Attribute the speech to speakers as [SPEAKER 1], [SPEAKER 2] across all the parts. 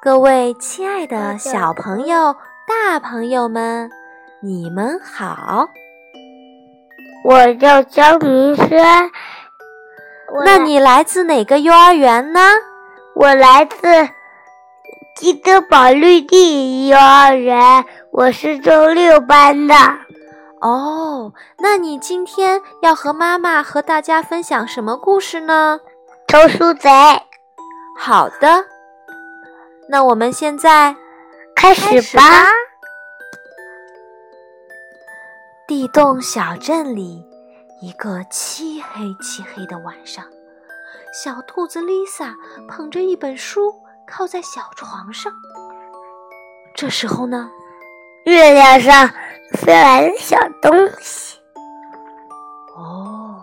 [SPEAKER 1] 各位亲爱的小朋友、大朋友们，你们好！
[SPEAKER 2] 我叫张明轩，我
[SPEAKER 1] 那你来自哪个幼儿园呢？
[SPEAKER 2] 我来自基德堡绿地幼儿园，我是周六班的。
[SPEAKER 1] 哦，那你今天要和妈妈和大家分享什么故事呢？
[SPEAKER 2] 偷书贼，
[SPEAKER 1] 好的，那我们现在
[SPEAKER 2] 开
[SPEAKER 1] 开
[SPEAKER 2] 始吧。。
[SPEAKER 1] 地洞小镇里，一个漆黑漆黑的晚上，小兔子丽萨捧着一本书，靠在小床上。这时候呢，
[SPEAKER 2] 月亮上飞来的小东西，
[SPEAKER 1] 哦，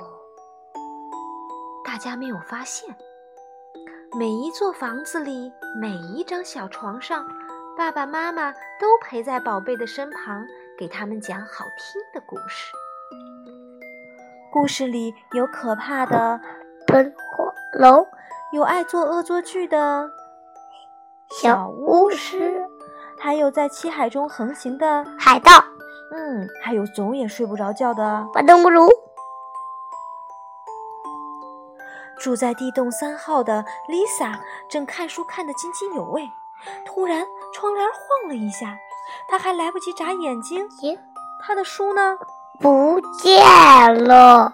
[SPEAKER 1] 大家没有发现，每一座房子里，每一张小床上，爸爸妈妈都陪在宝贝的身旁，给他们讲好听的故事。故事里有可怕的，
[SPEAKER 2] 喷火龙，
[SPEAKER 1] 有爱做恶作剧的
[SPEAKER 2] 小巫师，，
[SPEAKER 1] 还有在七海中横行的，
[SPEAKER 2] 海盗，
[SPEAKER 1] 嗯，还有总也睡不着觉的
[SPEAKER 2] 巴登咕噜。
[SPEAKER 1] 住在地洞三号的 Lisa 正看书看得津津有味，突然窗帘晃了一下，她还来不及眨眼睛，
[SPEAKER 2] 咦，
[SPEAKER 1] 她的书呢
[SPEAKER 2] 不见了。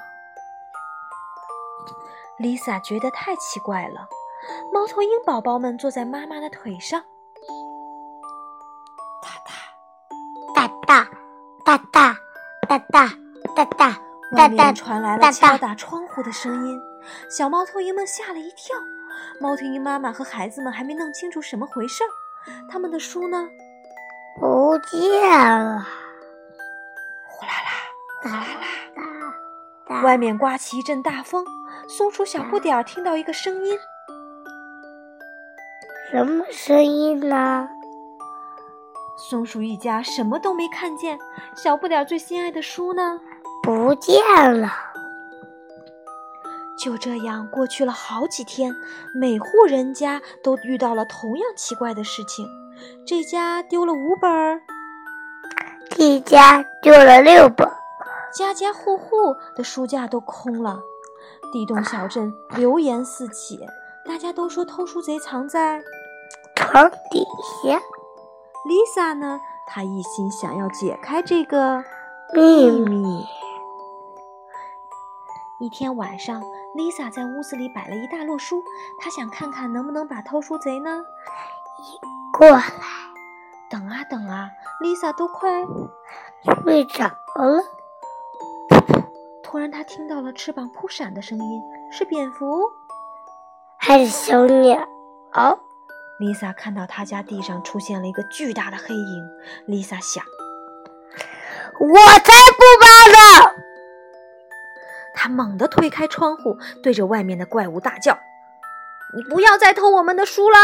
[SPEAKER 1] ？Lisa 觉得太奇怪了。猫头鹰宝宝们坐在妈妈的腿上，
[SPEAKER 2] 哒哒哒哒哒哒哒哒
[SPEAKER 1] 外
[SPEAKER 2] 哒哒
[SPEAKER 1] 面传来
[SPEAKER 2] 哒
[SPEAKER 1] 了
[SPEAKER 2] 哒
[SPEAKER 1] 敲打窗户的声音，小猫头鹰们吓了一跳。猫头鹰妈妈和孩子们还没弄清楚什么回事儿，他们的书呢？
[SPEAKER 2] 不见了。
[SPEAKER 1] 呼啦啦，
[SPEAKER 2] 哒哒
[SPEAKER 1] 外面刮起一阵大风，松鼠小不点儿听到一个声音。
[SPEAKER 2] 什么声音呢？
[SPEAKER 1] 松鼠一家什么都没看见，小不点儿最心爱的书呢？
[SPEAKER 2] 不见了。
[SPEAKER 1] 就这样过去了好几天，每户人家都遇到了同样奇怪的事情。这家丢了五本儿，
[SPEAKER 2] 这家丢了六本，
[SPEAKER 1] 家家户户的书架都空了。地洞小镇流言四起，大家都说偷书贼藏在
[SPEAKER 2] 床底下
[SPEAKER 1] Lisa 呢。她一心想要解开这个
[SPEAKER 2] 秘密。
[SPEAKER 1] 密。一天晚上，Lisa 在屋子里摆了一大摞书，她想看看能不能把偷书贼呢。
[SPEAKER 2] 过来
[SPEAKER 1] 等啊等啊，Lisa 都快……
[SPEAKER 2] 睡着了，
[SPEAKER 1] 突然，她听到了翅膀扑闪的声音，是蝙蝠。
[SPEAKER 2] 还是小鸟？
[SPEAKER 1] Lisa 看到她家地上出现了一个巨大的黑影，Lisa 想，
[SPEAKER 2] 我才不怕呢！
[SPEAKER 1] 她猛地推开窗户，对着外面的怪物大叫：“你不要再偷我们的书了！”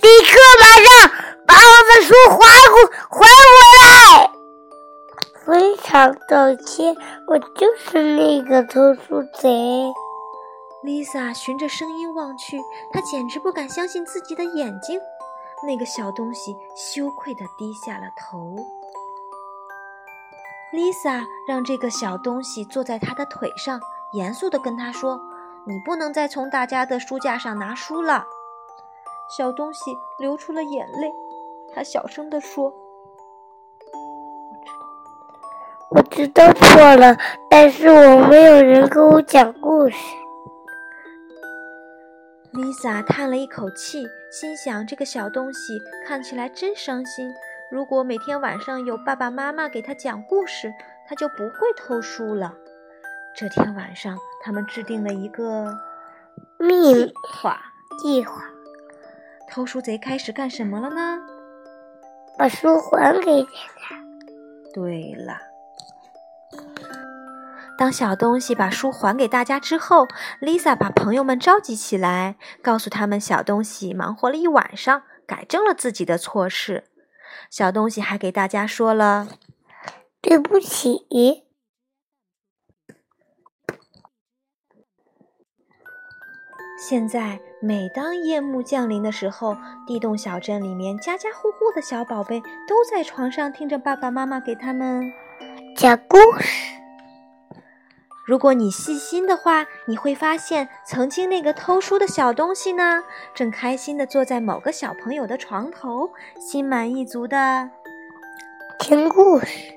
[SPEAKER 2] 立刻马上把我们书还回还回来！非常抱歉，我就是那个偷书贼。
[SPEAKER 1] Lisa 循着声音望去，她简直不敢相信自己的眼睛。那个小东西羞愧地低下了头。Lisa 让这个小东西坐在她的腿上，严肃地跟她说：“你不能再从大家的书架上拿书了。”小东西流出了眼泪，他小声地说
[SPEAKER 2] 我知道错了，但是我没有人跟我讲故事。
[SPEAKER 1] Lisa 叹了一口气，心想：这个小东西看起来真伤心。如果每天晚上有爸爸妈妈给他讲故事，他就不会偷书了。这天晚上，他们制定了一个
[SPEAKER 2] 秘密
[SPEAKER 1] 划。
[SPEAKER 2] 计划，
[SPEAKER 1] 偷书贼开始干什么了呢？
[SPEAKER 2] 把书还给他。
[SPEAKER 1] 对了，当小东西把书还给大家之后，Lisa 把朋友们召集起来，告诉他们小东西忙活了一晚上，改正了自己的错事。小东西还给大家说了，
[SPEAKER 2] 对不起，
[SPEAKER 1] 现在每当夜幕降临的时候，地洞小镇里面家家户户的小宝贝都在床上听着爸爸妈妈给他们。
[SPEAKER 2] 讲故事。
[SPEAKER 1] 如果你细心的话，你会发现，曾经那个偷书的小东西呢，正开心的坐在某个小朋友的床头，心满意足的。
[SPEAKER 2] 听故事，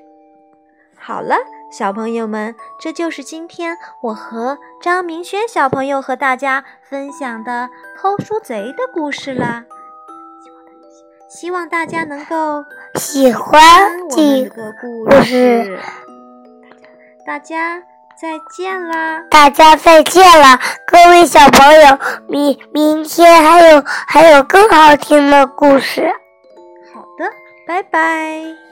[SPEAKER 1] 好了，小朋友们，这就是今天我和张明轩小朋友和大家分享的偷书贼的故事啦。希望大家能够
[SPEAKER 2] 喜
[SPEAKER 1] 看
[SPEAKER 2] 欢
[SPEAKER 1] 我们
[SPEAKER 2] 这
[SPEAKER 1] 这个故
[SPEAKER 2] 故
[SPEAKER 1] 事
[SPEAKER 2] 事。
[SPEAKER 1] 大家再见啦！
[SPEAKER 2] 大家再见了，各位小朋友，明明天还有还有更好听的故事。
[SPEAKER 1] 好的，拜拜。